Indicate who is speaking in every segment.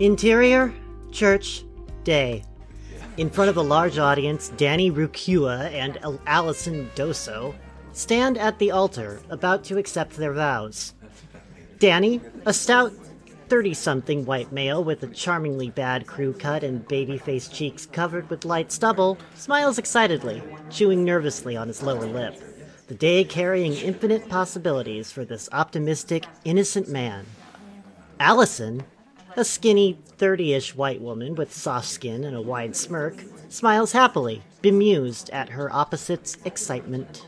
Speaker 1: Interior, church, day. In front of a large audience, Danny Rukua and Al- Allison Doso stand at the altar, about to accept their vows. Danny, a stout 30 something white male with a charmingly bad crew cut and baby faced cheeks covered with light stubble, smiles excitedly, chewing nervously on his lower lip. The day carrying infinite possibilities for this optimistic, innocent man. Allison, a skinny, 30 ish white woman with soft skin and a wide smirk, smiles happily, bemused at her opposite's excitement.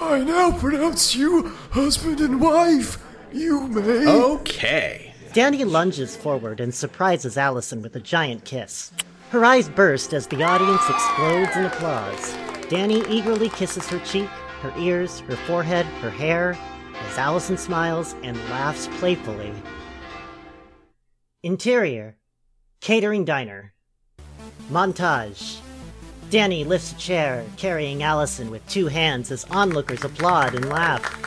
Speaker 2: I now pronounce you husband and wife. You may.
Speaker 3: Oh.
Speaker 4: Okay.
Speaker 1: Danny lunges forward and surprises Allison with a giant kiss. Her eyes burst as the audience explodes in applause. Danny eagerly kisses her cheek, her ears, her forehead, her hair, as Allison smiles and laughs playfully. Interior Catering Diner. Montage. Danny lifts a chair, carrying Allison with two hands as onlookers applaud and laugh.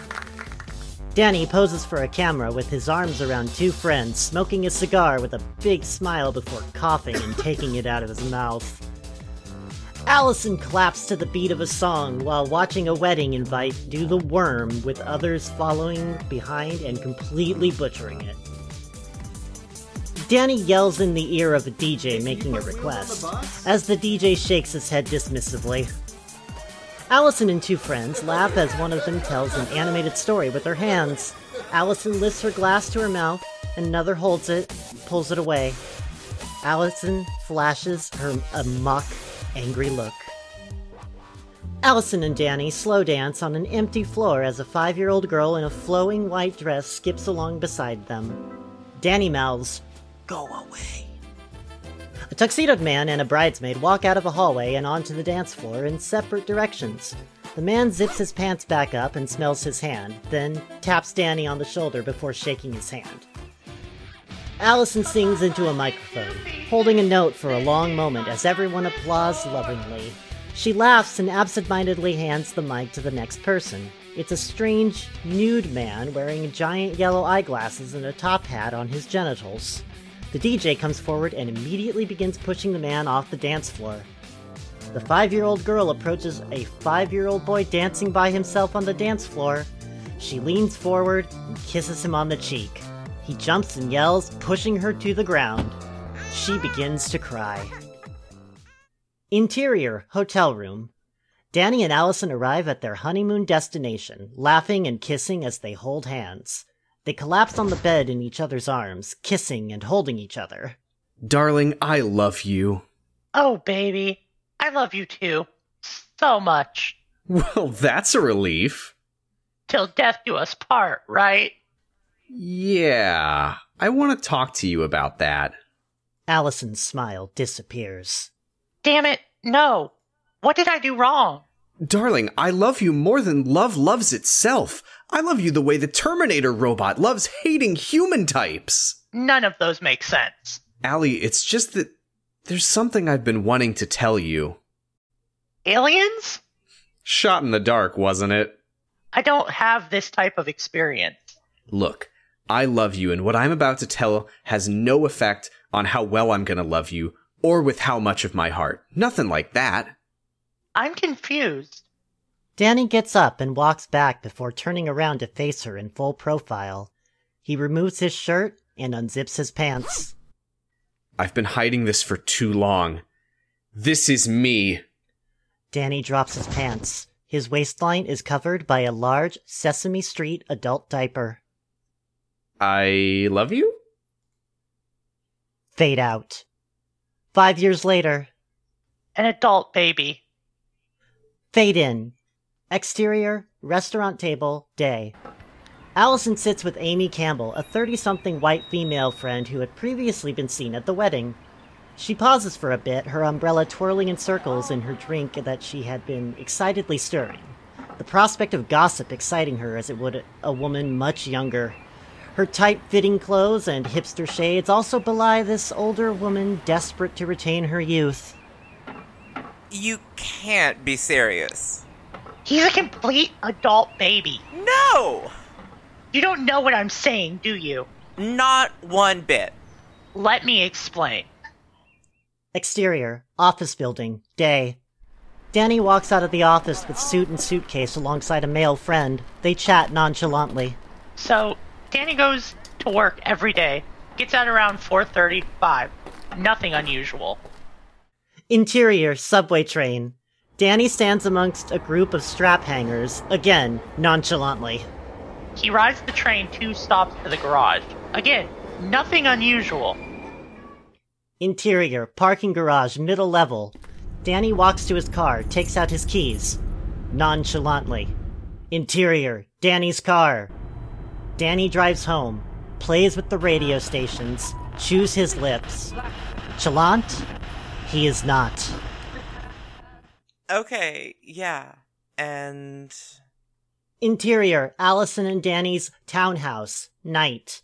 Speaker 1: Danny poses for a camera with his arms around two friends, smoking a cigar with a big smile before coughing and taking it out of his mouth. Allison claps to the beat of a song while watching a wedding invite do the worm with others following behind and completely butchering it. Danny yells in the ear of a DJ making a request, as the DJ shakes his head dismissively. Allison and two friends laugh as one of them tells an animated story with her hands. Allison lifts her glass to her mouth, another holds it, pulls it away. Allison flashes her a mock, angry look. Allison and Danny slow dance on an empty floor as a five year old girl in a flowing white dress skips along beside them. Danny mouths, Go away. A tuxedoed man and a bridesmaid walk out of a hallway and onto the dance floor in separate directions. The man zips his pants back up and smells his hand, then taps Danny on the shoulder before shaking his hand. Allison sings into a microphone, holding a note for a long moment as everyone applauds lovingly. She laughs and absentmindedly hands the mic to the next person. It's a strange, nude man wearing giant yellow eyeglasses and a top hat on his genitals. The DJ comes forward and immediately begins pushing the man off the dance floor. The five year old girl approaches a five year old boy dancing by himself on the dance floor. She leans forward and kisses him on the cheek. He jumps and yells, pushing her to the ground. She begins to cry. Interior Hotel Room Danny and Allison arrive at their honeymoon destination, laughing and kissing as they hold hands. They collapse on the bed in each other's arms, kissing and holding each other.
Speaker 4: Darling, I love you.
Speaker 5: Oh, baby, I love you too. So much.
Speaker 4: Well, that's a relief.
Speaker 5: Till death do us part, right?
Speaker 4: Yeah. I want to talk to you about that.
Speaker 1: Allison's smile disappears.
Speaker 5: Damn it, no. What did I do wrong?
Speaker 4: Darling, I love you more than love loves itself. I love you the way the Terminator robot loves hating human types.
Speaker 5: None of those make sense.
Speaker 4: Allie, it's just that there's something I've been wanting to tell you.
Speaker 5: Aliens?
Speaker 4: Shot in the dark, wasn't it?
Speaker 5: I don't have this type of experience.
Speaker 4: Look, I love you, and what I'm about to tell has no effect on how well I'm going to love you or with how much of my heart. Nothing like that.
Speaker 5: I'm confused.
Speaker 1: Danny gets up and walks back before turning around to face her in full profile. He removes his shirt and unzips his pants.
Speaker 4: I've been hiding this for too long. This is me.
Speaker 1: Danny drops his pants. His waistline is covered by a large Sesame Street adult diaper.
Speaker 4: I love you?
Speaker 1: Fade out. Five years later,
Speaker 5: An adult baby.
Speaker 1: Fade in. Exterior, restaurant table, day. Allison sits with Amy Campbell, a 30 something white female friend who had previously been seen at the wedding. She pauses for a bit, her umbrella twirling in circles in her drink that she had been excitedly stirring. The prospect of gossip exciting her as it would a woman much younger. Her tight fitting clothes and hipster shades also belie this older woman desperate to retain her youth.
Speaker 6: You can't be serious.
Speaker 5: He's a complete adult baby.
Speaker 6: No!
Speaker 5: You don't know what I'm saying, do you?
Speaker 6: Not one bit.
Speaker 5: Let me explain.
Speaker 1: Exterior, office building, day. Danny walks out of the office with suit and suitcase alongside a male friend. They chat nonchalantly.
Speaker 5: So Danny goes to work every day, gets out around 4:35. Nothing unusual.
Speaker 1: Interior, subway train. Danny stands amongst a group of strap hangers, again, nonchalantly.
Speaker 5: He rides the train two stops to the garage. Again, nothing unusual.
Speaker 1: Interior, parking garage, middle level. Danny walks to his car, takes out his keys. Nonchalantly. Interior, Danny's car. Danny drives home, plays with the radio stations, chews his lips. Chalant? He is not.
Speaker 6: Okay, yeah. And
Speaker 1: Interior, Allison and Danny's townhouse, night.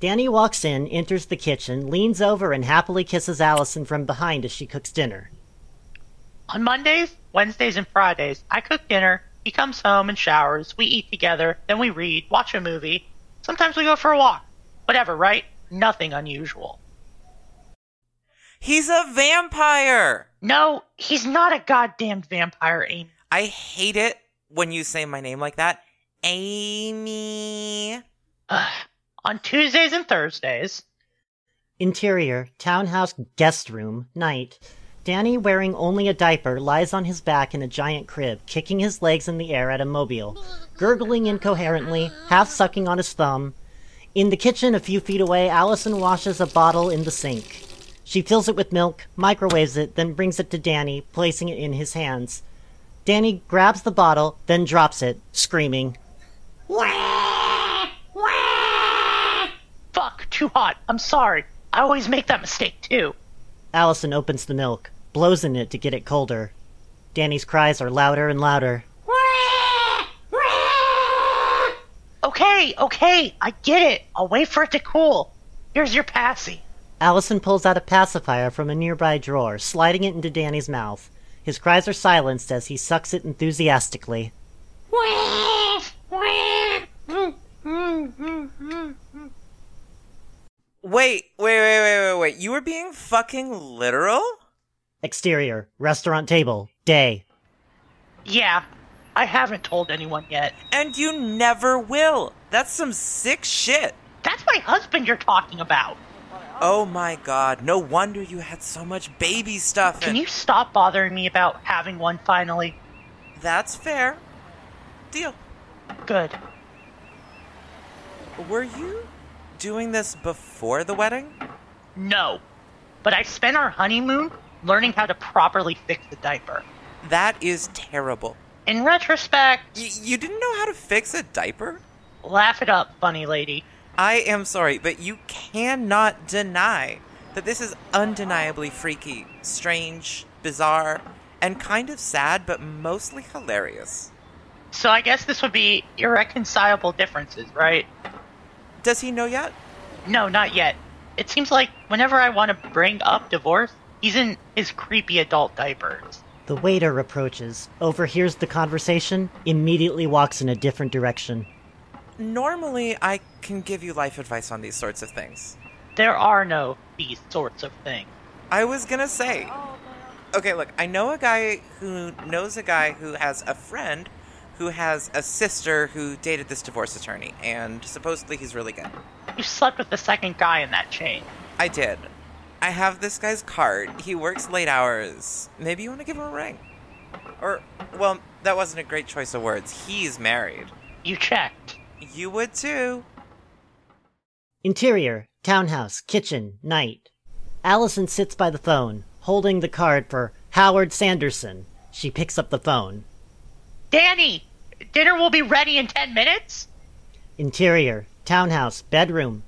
Speaker 1: Danny walks in, enters the kitchen, leans over, and happily kisses Allison from behind as she cooks dinner.
Speaker 5: On Mondays, Wednesdays, and Fridays, I cook dinner. He comes home and showers. We eat together. Then we read, watch a movie. Sometimes we go for a walk. Whatever, right? Nothing unusual.
Speaker 6: he's a vampire.
Speaker 5: No, he's not a goddamn vampire, Amy.
Speaker 6: I hate it when you say my name like that. Amy.
Speaker 5: On Tuesdays and Thursdays,
Speaker 1: Interior, townhouse guest room, night. Danny, wearing only a diaper, lies on his back in a giant crib, kicking his legs in the air at a mobile, gurgling incoherently, half sucking on his thumb. In the kitchen, a few feet away, Allison washes a bottle in the sink. She fills it with milk, microwaves it, then brings it to Danny, placing it in his hands. Danny grabs the bottle, then drops it, screaming.
Speaker 5: fuck, too hot. I'm sorry. I always make that mistake too.
Speaker 1: Allison opens the milk, blows in it to get it colder. Danny's cries are louder and louder.
Speaker 5: Okay, okay, I get it. I'll wait for it to cool. Here's your passy.
Speaker 1: Allison pulls out a pacifier from a nearby drawer, sliding it into Danny's mouth. His cries are silenced as he sucks it enthusiastically.
Speaker 6: Wait, wait, wait, wait, wait, wait. You were being fucking literal?
Speaker 1: Exterior, restaurant table, day.
Speaker 5: Yeah, I haven't told anyone yet.
Speaker 6: And you never will. That's some sick shit.
Speaker 5: That's my husband you're talking about.
Speaker 6: Oh my god, no wonder you had so much baby stuff.
Speaker 5: Can
Speaker 6: and-
Speaker 5: you stop bothering me about having one finally?
Speaker 6: That's fair. Deal.
Speaker 5: Good.
Speaker 6: Were you doing this before the wedding?
Speaker 5: No. But I spent our honeymoon learning how to properly fix the diaper.
Speaker 6: That is terrible.
Speaker 5: In retrospect,
Speaker 6: Y- you didn't know how to fix a diaper?
Speaker 5: laugh it up, funny lady.
Speaker 6: I am sorry, but you cannot deny that this is undeniably freaky, strange, bizarre, and kind of sad, but mostly hilarious.
Speaker 5: So I guess this would be irreconcilable differences, right?
Speaker 6: Does he know yet?
Speaker 5: No, not yet. It seems like whenever I want to bring up divorce, he's in his creepy adult diapers.
Speaker 1: The waiter approaches, overhears the conversation, immediately walks in a different direction.
Speaker 6: Normally, I can give you life advice on these sorts of things.
Speaker 5: There are no these sorts of things.
Speaker 6: I was gonna say. Okay, look, I know a guy who knows a guy who has a friend who has a sister who dated this divorce attorney, and supposedly he's really good.
Speaker 5: You slept with the second guy in that chain.
Speaker 6: I did. I have this guy's card. He works late hours. Maybe you want to give him a ring. Or, well, that wasn't a great choice of words. He's married.
Speaker 5: You checked.
Speaker 6: You would too.
Speaker 1: Interior, townhouse, kitchen, night. Allison sits by the phone, holding the card for Howard Sanderson. She picks up the phone.
Speaker 5: Danny, dinner will be ready in 10 minutes?
Speaker 1: Interior, townhouse, bedroom.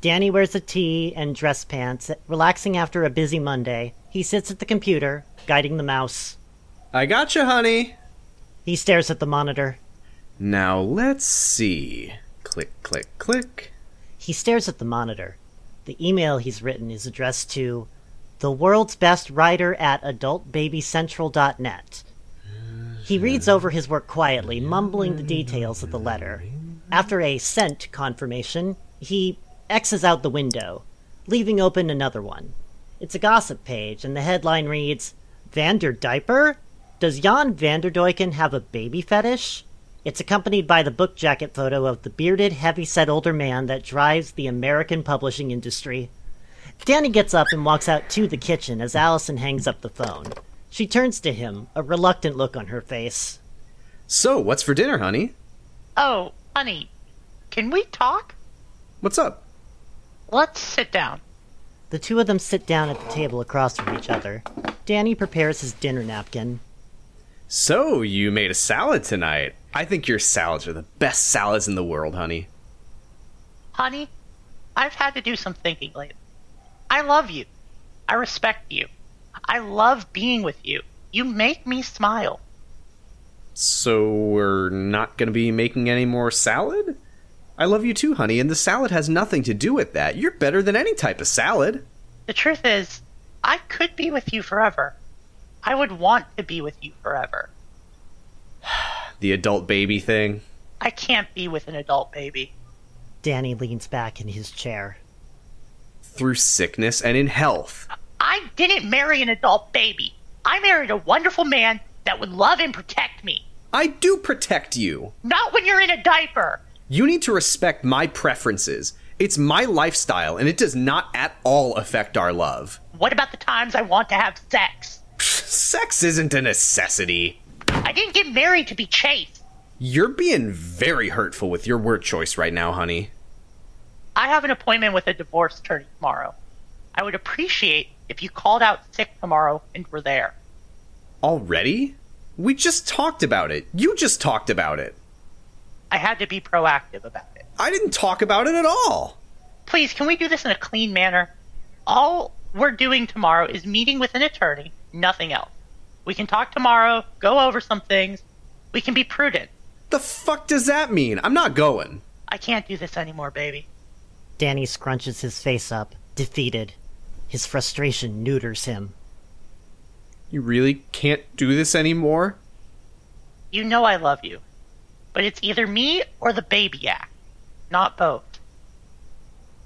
Speaker 1: Danny wears a tee and dress pants, relaxing after a busy Monday. He sits at the computer, guiding the mouse.
Speaker 4: I gotcha, honey.
Speaker 1: He stares at the monitor.
Speaker 4: Now let's see. Click, click, click.
Speaker 1: He stares at the monitor. The email he's written is addressed to the world's best writer at adultbabycentral.net. He reads over his work quietly, mumbling the details of the letter. After a sent confirmation, he X's out the window. leaving open another one. It's a gossip page, and the headline reads Vander Diaper? Does Jan Vanderdoiken have a baby fetish? It's accompanied by the book jacket photo of the bearded, heavyset older man that drives the American publishing industry. Danny gets up and walks out to the kitchen as Allison hangs up the phone. She turns to him, a reluctant look on her face.
Speaker 4: So, what's for dinner, honey?
Speaker 5: Oh, honey, can we talk?
Speaker 4: What's up?
Speaker 5: Let's sit down.
Speaker 1: The two of them sit down at the table across from each other. Danny prepares his dinner napkin.
Speaker 4: So, you made a salad tonight. I think your salads are the best salads in the world, honey.
Speaker 5: Honey, I've had to do some thinking lately. I love you. I respect you. I love being with you. You make me smile.
Speaker 4: So, we're not going to be making any more salad? I love you too, honey, and the salad has nothing to do with that. You're better than any type of salad.
Speaker 5: The truth is, I could be with you forever. I would want to be with you forever.
Speaker 4: The adult baby thing.
Speaker 5: I can't be with an adult baby.
Speaker 1: Danny leans back in his chair.
Speaker 4: Through sickness and in health.
Speaker 5: I didn't marry an adult baby. I married a wonderful man that would love and protect me.
Speaker 4: I do protect you.
Speaker 5: Not when you're in a diaper.
Speaker 4: You need to respect my preferences. It's my lifestyle, and it does not at all affect our love.
Speaker 5: What about the times I want to have sex?
Speaker 4: Sex isn't a necessity.
Speaker 5: I didn't get married to be chased.
Speaker 4: You're being very hurtful with your word choice right now, honey.
Speaker 5: I have an appointment with a divorce attorney tomorrow. I would appreciate if you called out sick tomorrow and were there.
Speaker 4: Already? We just talked about it. You just talked about it.
Speaker 5: I had to be proactive about it.
Speaker 4: I didn't talk about it at all.
Speaker 5: Please, can we do this in a clean manner? All we're doing tomorrow is meeting with an attorney, nothing else. We can talk tomorrow, go over some things. We can be prudent.
Speaker 4: The fuck does that mean? I'm not going.
Speaker 5: I can't do this anymore, baby.
Speaker 1: Danny scrunches his face up, defeated. His frustration neuters him.
Speaker 4: You really can't do this anymore?
Speaker 5: You know I love you. But it's either me or the baby act, not both.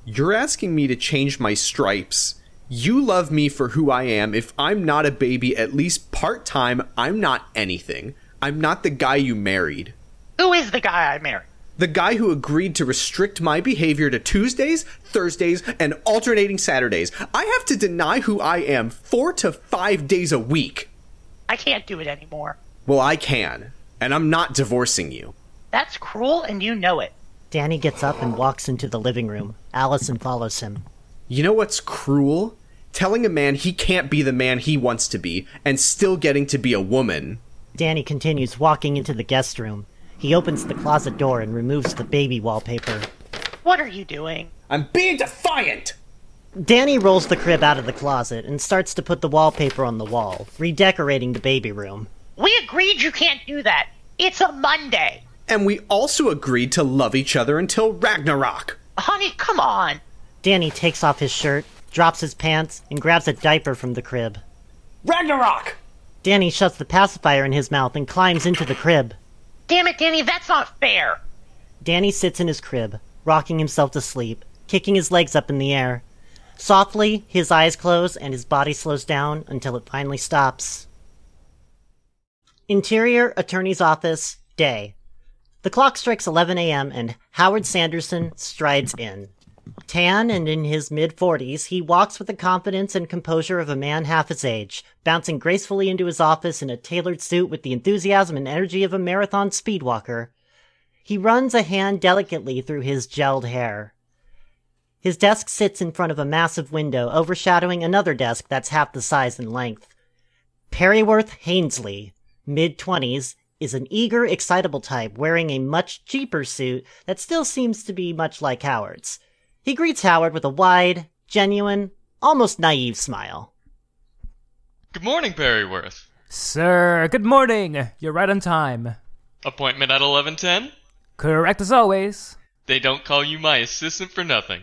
Speaker 4: You're asking me to change my stripes. You love me for who I am. If I'm not a baby, at least part time, I'm not anything. I'm not the guy you married.
Speaker 5: Who is the guy I married?
Speaker 4: The guy who agreed to restrict my behavior to Tuesdays, Thursdays, and alternating Saturdays. I have to deny who I am four to five days a week.
Speaker 5: I can't do it anymore.
Speaker 4: Well, I can. And I'm not divorcing you.
Speaker 5: That's cruel and you know it.
Speaker 1: Danny gets up and walks into the living room. Allison follows him.
Speaker 4: You know what's cruel? Telling a man he can't be the man he wants to be and still getting to be a woman.
Speaker 1: Danny continues walking into the guest room. He opens the closet door and removes the baby wallpaper.
Speaker 5: What are you doing?
Speaker 4: I'm being defiant!
Speaker 1: Danny rolls the crib out of the closet and starts to put the wallpaper on the wall, redecorating the baby room.
Speaker 5: We agreed you can't do that. It's a Monday.
Speaker 4: And we also agreed to love each other until Ragnarok.
Speaker 5: Honey, come on.
Speaker 1: Danny takes off his shirt, drops his pants, and grabs a diaper from the crib.
Speaker 4: Ragnarok!
Speaker 1: Danny shoves the pacifier in his mouth and climbs into the crib.
Speaker 5: Damn it, Danny, that's not fair.
Speaker 1: Danny sits in his crib, rocking himself to sleep, kicking his legs up in the air. Softly, his eyes close and his body slows down until it finally stops. Interior Attorney's Office, day. The clock strikes 11 a.m. and Howard Sanderson strides in. Tan and in his mid 40s, he walks with the confidence and composure of a man half his age, bouncing gracefully into his office in a tailored suit with the enthusiasm and energy of a marathon speed walker. He runs a hand delicately through his gelled hair. His desk sits in front of a massive window overshadowing another desk that's half the size in length. Perryworth Hainsley, mid 20s, is an eager, excitable type wearing a much cheaper suit that still seems to be much like Howard's. He greets Howard with a wide, genuine, almost naive smile.
Speaker 7: Good morning, Berryworth.
Speaker 8: Sir, good morning. You're right on time.
Speaker 7: Appointment at 11:10?
Speaker 8: Correct as always.
Speaker 7: They don't call you my assistant for nothing.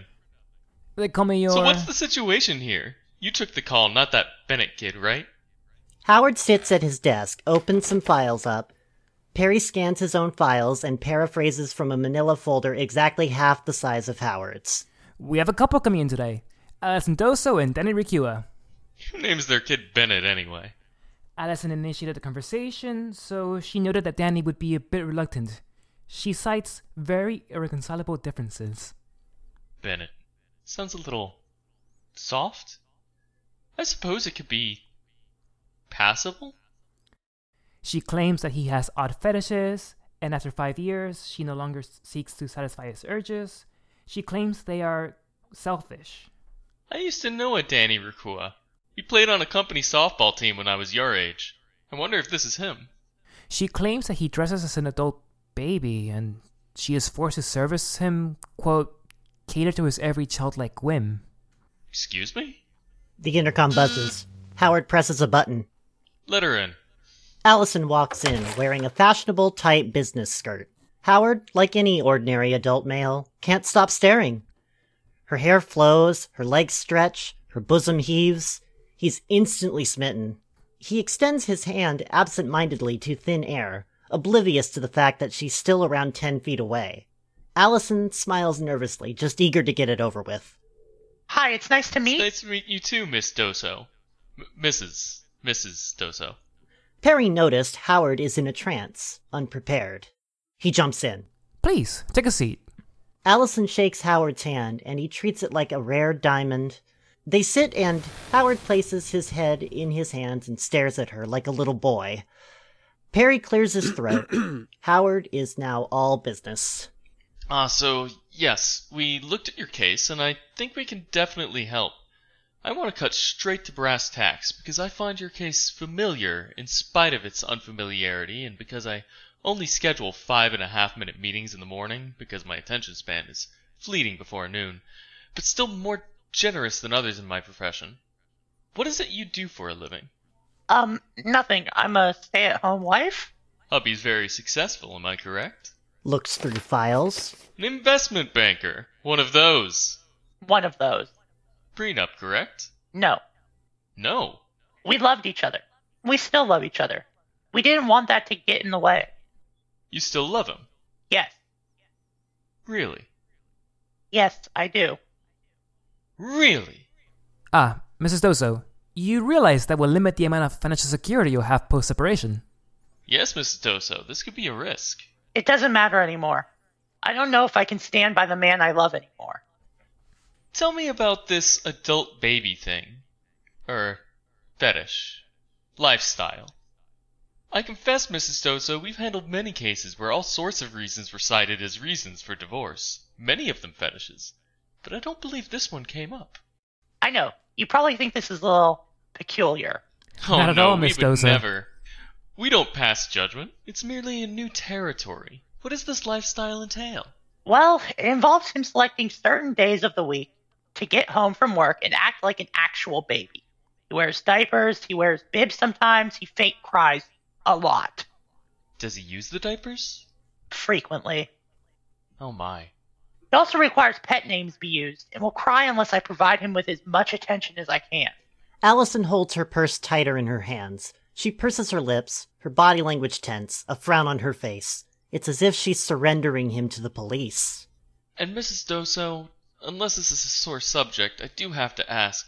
Speaker 8: They call me your.
Speaker 7: So what's the situation here? You took the call, not that Bennett kid, right?
Speaker 1: Howard sits at his desk, opens some files up. Perry scans his own files and paraphrases from a manila folder exactly half the size of Howard's.
Speaker 8: We have a couple coming in today. Alison Doso and Danny Ricua.
Speaker 7: Who names their kid Bennett anyway?
Speaker 8: Alison initiated the conversation, so she noted that Danny would be a bit reluctant. She cites very irreconcilable differences.
Speaker 7: Bennett. Sounds a little soft. I suppose it could be passable.
Speaker 8: She claims that he has odd fetishes, and after five years, she no longer s- seeks to satisfy his urges. She claims they are selfish.
Speaker 7: I used to know a Danny Rukua. He played on a company softball team when I was your age. I wonder if this is him.
Speaker 8: She claims that he dresses as an adult baby, and she is forced to service him, quote, cater to his every childlike whim.
Speaker 7: Excuse me?
Speaker 1: The intercom buzzes. Howard presses a button.
Speaker 7: Let her in.
Speaker 1: Allison walks in, wearing a fashionable, tight business skirt. Howard, like any ordinary adult male, can't stop staring. Her hair flows, her legs stretch, her bosom heaves. He's instantly smitten. He extends his hand absent-mindedly to thin air, oblivious to the fact that she's still around ten feet away. Allison smiles nervously, just eager to get it over with.
Speaker 5: Hi, it's nice to meet.
Speaker 7: Nice to meet you too, Miss Doso. M- Mrs. Mrs. Doso.
Speaker 1: Perry noticed Howard is in a trance, unprepared. He jumps in.
Speaker 8: Please, take a seat.
Speaker 1: Allison shakes Howard's hand, and he treats it like a rare diamond. They sit, and Howard places his head in his hands and stares at her like a little boy. Perry clears his throat. Howard is now all business.
Speaker 7: Ah, so, yes, we looked at your case, and I think we can definitely help. I want to cut straight to brass tacks, because I find your case familiar in spite of its unfamiliarity, and because I only schedule five and a half minute meetings in the morning, because my attention span is fleeting before noon, but still more generous than others in my profession. What is it you do for a living?
Speaker 5: Um, nothing. I'm a stay-at-home wife.
Speaker 7: Hubby's very successful, am I correct?
Speaker 1: Looks through files.
Speaker 7: An investment banker. One of those.
Speaker 5: One of those.
Speaker 7: Prenup, correct?
Speaker 5: No,
Speaker 7: No.
Speaker 5: we loved each other. We still love each other. We didn't want that to get in the way.
Speaker 7: You still love him.
Speaker 5: Yes,
Speaker 7: Really?
Speaker 5: yes, I do.
Speaker 7: Really?
Speaker 8: Ah, Mrs. Doso, you realize that will limit the amount of financial security you'll have post separation.
Speaker 7: Yes, Mrs. Doso, this could be a risk.
Speaker 5: It doesn't matter anymore. I don't know if I can stand by the man I love anymore.
Speaker 7: Tell me about this adult baby thing. Or fetish. Lifestyle. I confess, Mrs. Doso, we've handled many cases where all sorts of reasons were cited as reasons for divorce, many of them fetishes. But I don't believe this one came up.
Speaker 5: I know. You probably think this is a little peculiar.
Speaker 7: Oh,
Speaker 8: Not at
Speaker 7: no,
Speaker 8: all,
Speaker 7: we
Speaker 8: Miss
Speaker 7: would
Speaker 8: Doza.
Speaker 7: Never. We don't pass judgment. It's merely a new territory. What does this lifestyle entail?
Speaker 5: Well, it involves him selecting certain days of the week to get home from work and act like an actual baby. He wears diapers, he wears bibs sometimes, he fake cries a lot,
Speaker 7: Does he use the diapers?
Speaker 5: frequently.
Speaker 7: Oh my.
Speaker 5: It also requires pet names be used and will cry unless I provide him with as much attention as I can.
Speaker 1: Allison holds her purse tighter in her hands. She purses her lips, her body language tense, a frown on her face. It's as if she's surrendering him to the police.
Speaker 7: And Mrs. Doso, unless this is a sore subject, I do have to ask.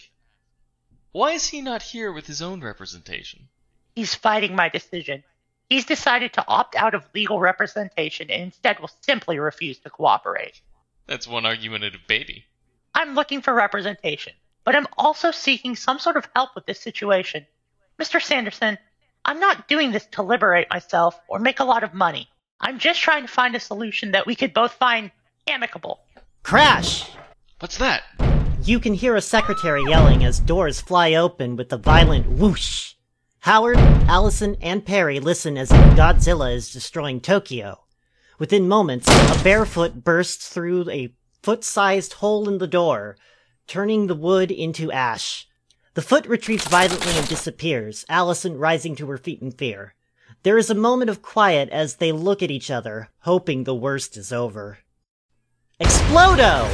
Speaker 7: Why is he not here with his own representation?
Speaker 5: He's fighting my decision. He's decided to opt out of legal representation and instead will simply refuse to cooperate.
Speaker 7: That's one argumentative baby.
Speaker 5: I'm looking for representation, but I'm also seeking some sort of help with this situation. Mr. Sanderson, I'm not doing this to liberate myself or make a lot of money. I'm just trying to find a solution that we could both find amicable.
Speaker 1: Crash!
Speaker 7: What's that?
Speaker 1: You can hear a secretary yelling as doors fly open with a violent whoosh. Howard, Allison, and Perry listen as if Godzilla is destroying Tokyo. Within moments, a barefoot bursts through a foot sized hole in the door, turning the wood into ash. The foot retreats violently and disappears, Allison rising to her feet in fear. There is a moment of quiet as they look at each other, hoping the worst is over. Explodo!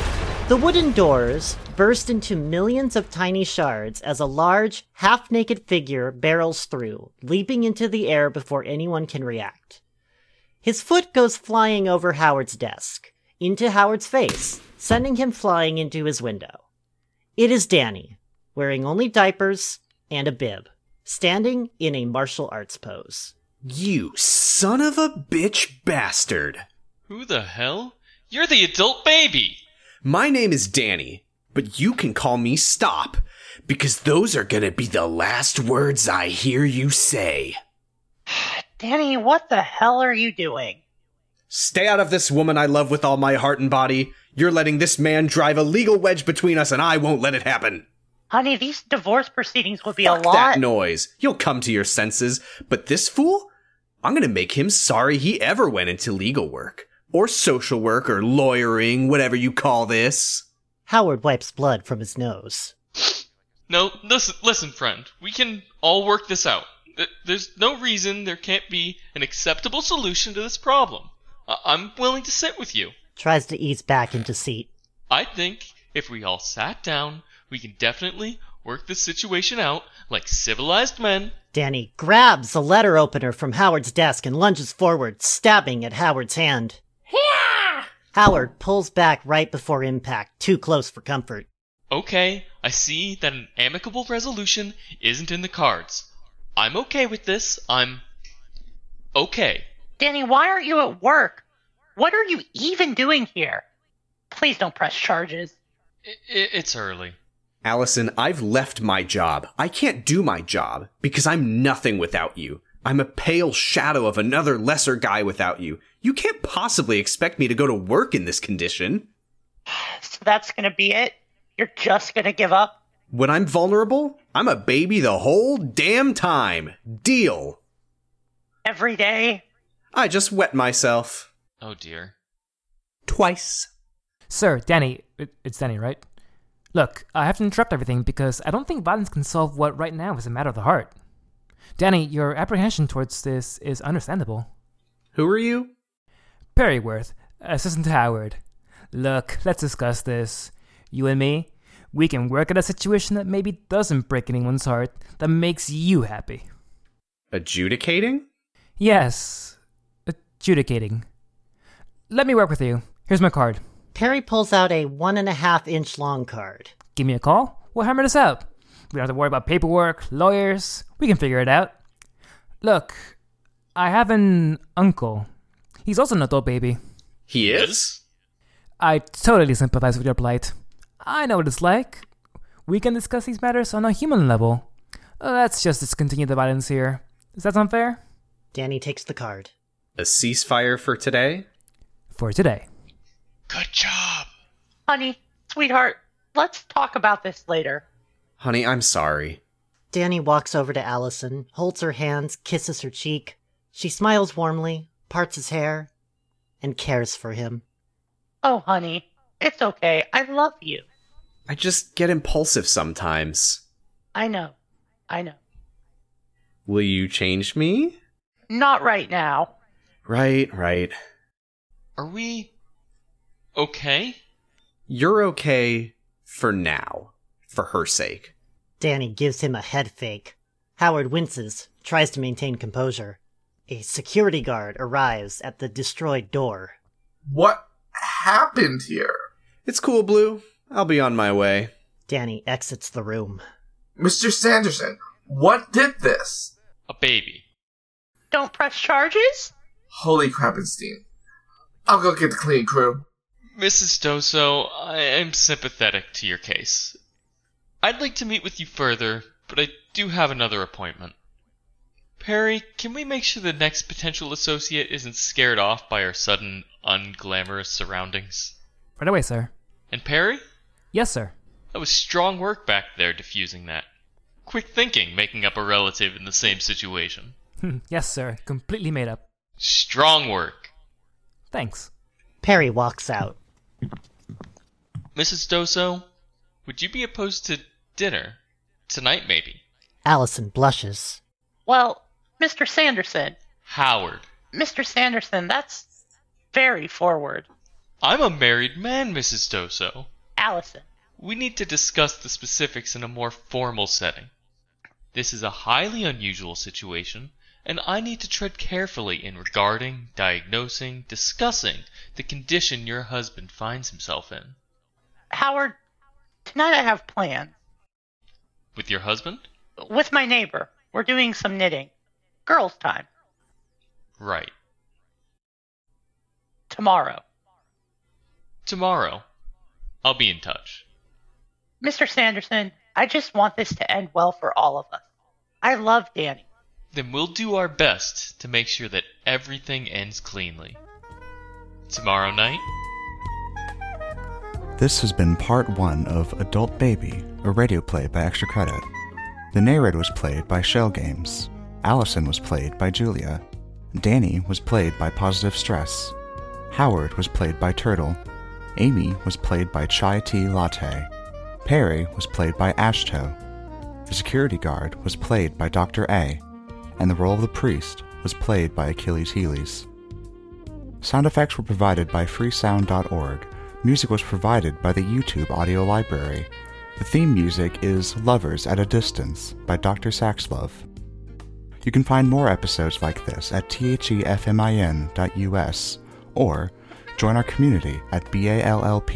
Speaker 1: The wooden doors burst into millions of tiny shards as a large, half naked figure barrels through, leaping into the air before anyone can react. His foot goes flying over Howard's desk, into Howard's face, sending him flying into his window. It is Danny, wearing only diapers and a bib, standing in a martial arts pose.
Speaker 4: You son of a bitch bastard.
Speaker 7: Who the hell? You're the adult baby!
Speaker 4: My name is Danny, but you can call me Stop, because those are gonna be the last words I hear you say.
Speaker 5: Danny, what the hell are you doing?
Speaker 4: Stay out of this woman I love with all my heart and body. You're letting this man drive a legal wedge between us, and I won't let it happen.
Speaker 5: Honey, these divorce proceedings would be
Speaker 4: Fuck
Speaker 5: a lot.
Speaker 4: that noise. You'll come to your senses. But this fool? I'm gonna make him sorry he ever went into legal work. Or social work, or lawyering, whatever you call this.
Speaker 1: Howard wipes blood from his nose.
Speaker 7: No, listen, listen, friend. We can all work this out. Th- There's no reason there can't be an acceptable solution to this problem. I- I'm willing to sit with you.
Speaker 1: Tries to ease back into seat.
Speaker 7: I think if we all sat down, we can definitely work this situation out like civilized men.
Speaker 1: Danny grabs a letter opener from Howard's desk and lunges forward, stabbing at Howard's hand. Howard pulls back right before impact, too close for comfort.
Speaker 7: Okay, I see that an amicable resolution isn't in the cards. I'm okay with this. I'm okay.
Speaker 5: Danny, why aren't you at work? What are you even doing here? Please don't press charges.
Speaker 7: I- I- it's early.
Speaker 4: Allison, I've left my job. I can't do my job because I'm nothing without you. I'm a pale shadow of another lesser guy without you. You can't possibly expect me to go to work in this condition.
Speaker 5: So that's gonna be it? You're just gonna give up?
Speaker 4: When I'm vulnerable, I'm a baby the whole damn time. Deal.
Speaker 5: Every day?
Speaker 4: I just wet myself.
Speaker 7: Oh dear.
Speaker 4: Twice.
Speaker 8: Sir, Danny, it, it's Danny, right? Look, I have to interrupt everything because I don't think violence can solve what right now is a matter of the heart. Danny, your apprehension towards this is understandable.
Speaker 4: Who are you?
Speaker 8: Perryworth, Assistant to Howard. Look, let's discuss this. You and me, we can work out a situation that maybe doesn't break anyone's heart, that makes you happy.
Speaker 4: Adjudicating?
Speaker 8: Yes, adjudicating. Let me work with you. Here's my card.
Speaker 1: Perry pulls out a one and a half inch long card.
Speaker 8: Give me a call. We'll hammer this out. We don't have to worry about paperwork, lawyers. We can figure it out. Look, I have an uncle. He's also an adult baby.
Speaker 4: He
Speaker 8: I totally sympathize with your plight. I know what it's like. We can discuss these matters on a human level. Let's just discontinue the violence here. Does that sound fair?
Speaker 1: Danny takes the card.
Speaker 4: A ceasefire for today?
Speaker 8: For today.
Speaker 7: Good job.
Speaker 5: Honey, sweetheart, let's talk about this later.
Speaker 4: Honey, I'm sorry.
Speaker 1: Danny walks over to Allison, holds her hands, kisses her cheek. She smiles warmly, parts his hair, and cares for him.
Speaker 5: Oh, honey, it's okay. I love you.
Speaker 4: I just get impulsive sometimes.
Speaker 5: I know. I know.
Speaker 4: Will you change me?
Speaker 5: Not right now.
Speaker 4: Right, right.
Speaker 7: Are we okay?
Speaker 4: You're okay for now, for her sake.
Speaker 1: Danny gives him a head fake. Howard winces, tries to maintain composure. A security guard arrives at the destroyed door.
Speaker 9: What happened here?
Speaker 4: It's cool, Blue. I'll be on my way.
Speaker 1: Danny exits the room.
Speaker 9: Mr. Sanderson, what did this?
Speaker 7: A baby.
Speaker 5: Don't press charges?
Speaker 9: Holy crappenstein. I'll go get the cleaning crew.
Speaker 7: Mrs. Doso, I am sympathetic to your case. I'd like to meet with you further, but I do have another appointment. Perry, can we make sure the next potential associate isn't scared off by our sudden, unglamorous surroundings?
Speaker 8: Right away, sir.
Speaker 7: And Perry?
Speaker 8: Yes, sir.
Speaker 7: That was strong work back there diffusing that. Quick thinking, making up a relative in the same situation.
Speaker 8: Hmm, yes, sir. Completely made up.
Speaker 7: Strong work.
Speaker 8: Thanks.
Speaker 1: Perry walks out.
Speaker 7: Mrs. Doso, would you be opposed to dinner? Tonight, maybe.
Speaker 1: Allison blushes.
Speaker 5: Well, Mr. Sanderson,
Speaker 7: Howard.
Speaker 5: Mr. Sanderson, that's very forward.
Speaker 7: I'm a married man, Mrs. Doso.
Speaker 5: Allison,
Speaker 7: We need to discuss the specifics in a more formal setting. This is a highly unusual situation, and I need to tread carefully in regarding, diagnosing, discussing the condition your husband finds himself in.
Speaker 5: Howard, to night I have plans.
Speaker 7: With your husband?
Speaker 5: With my neighbor, we're doing some knitting. Girls' time.
Speaker 7: Right.
Speaker 5: Tomorrow.
Speaker 7: Tomorrow. I'll be in touch.
Speaker 5: Mr. Sanderson, I just want this to end well for all of us. I love Danny.
Speaker 7: Then we'll do our best to make sure that everything ends cleanly. Tomorrow night?
Speaker 3: This has been part one of Adult Baby, a radio play by Extra Credit. The narrator was played by Shell Games. Allison was played by Julia. Danny was played by Positive Stress. Howard was played by Turtle. Amy was played by Chai Tea Latte. Perry was played by Ashto. The security guard was played by Dr. A. And the role of the priest was played by Achilles Healy's. Sound effects were provided by freesound.org. Music was provided by the YouTube Audio Library. The theme music is Lovers at a Distance by Dr. Saxlove. You can find more episodes like this at E thefmin.us or join our community at ballp.it.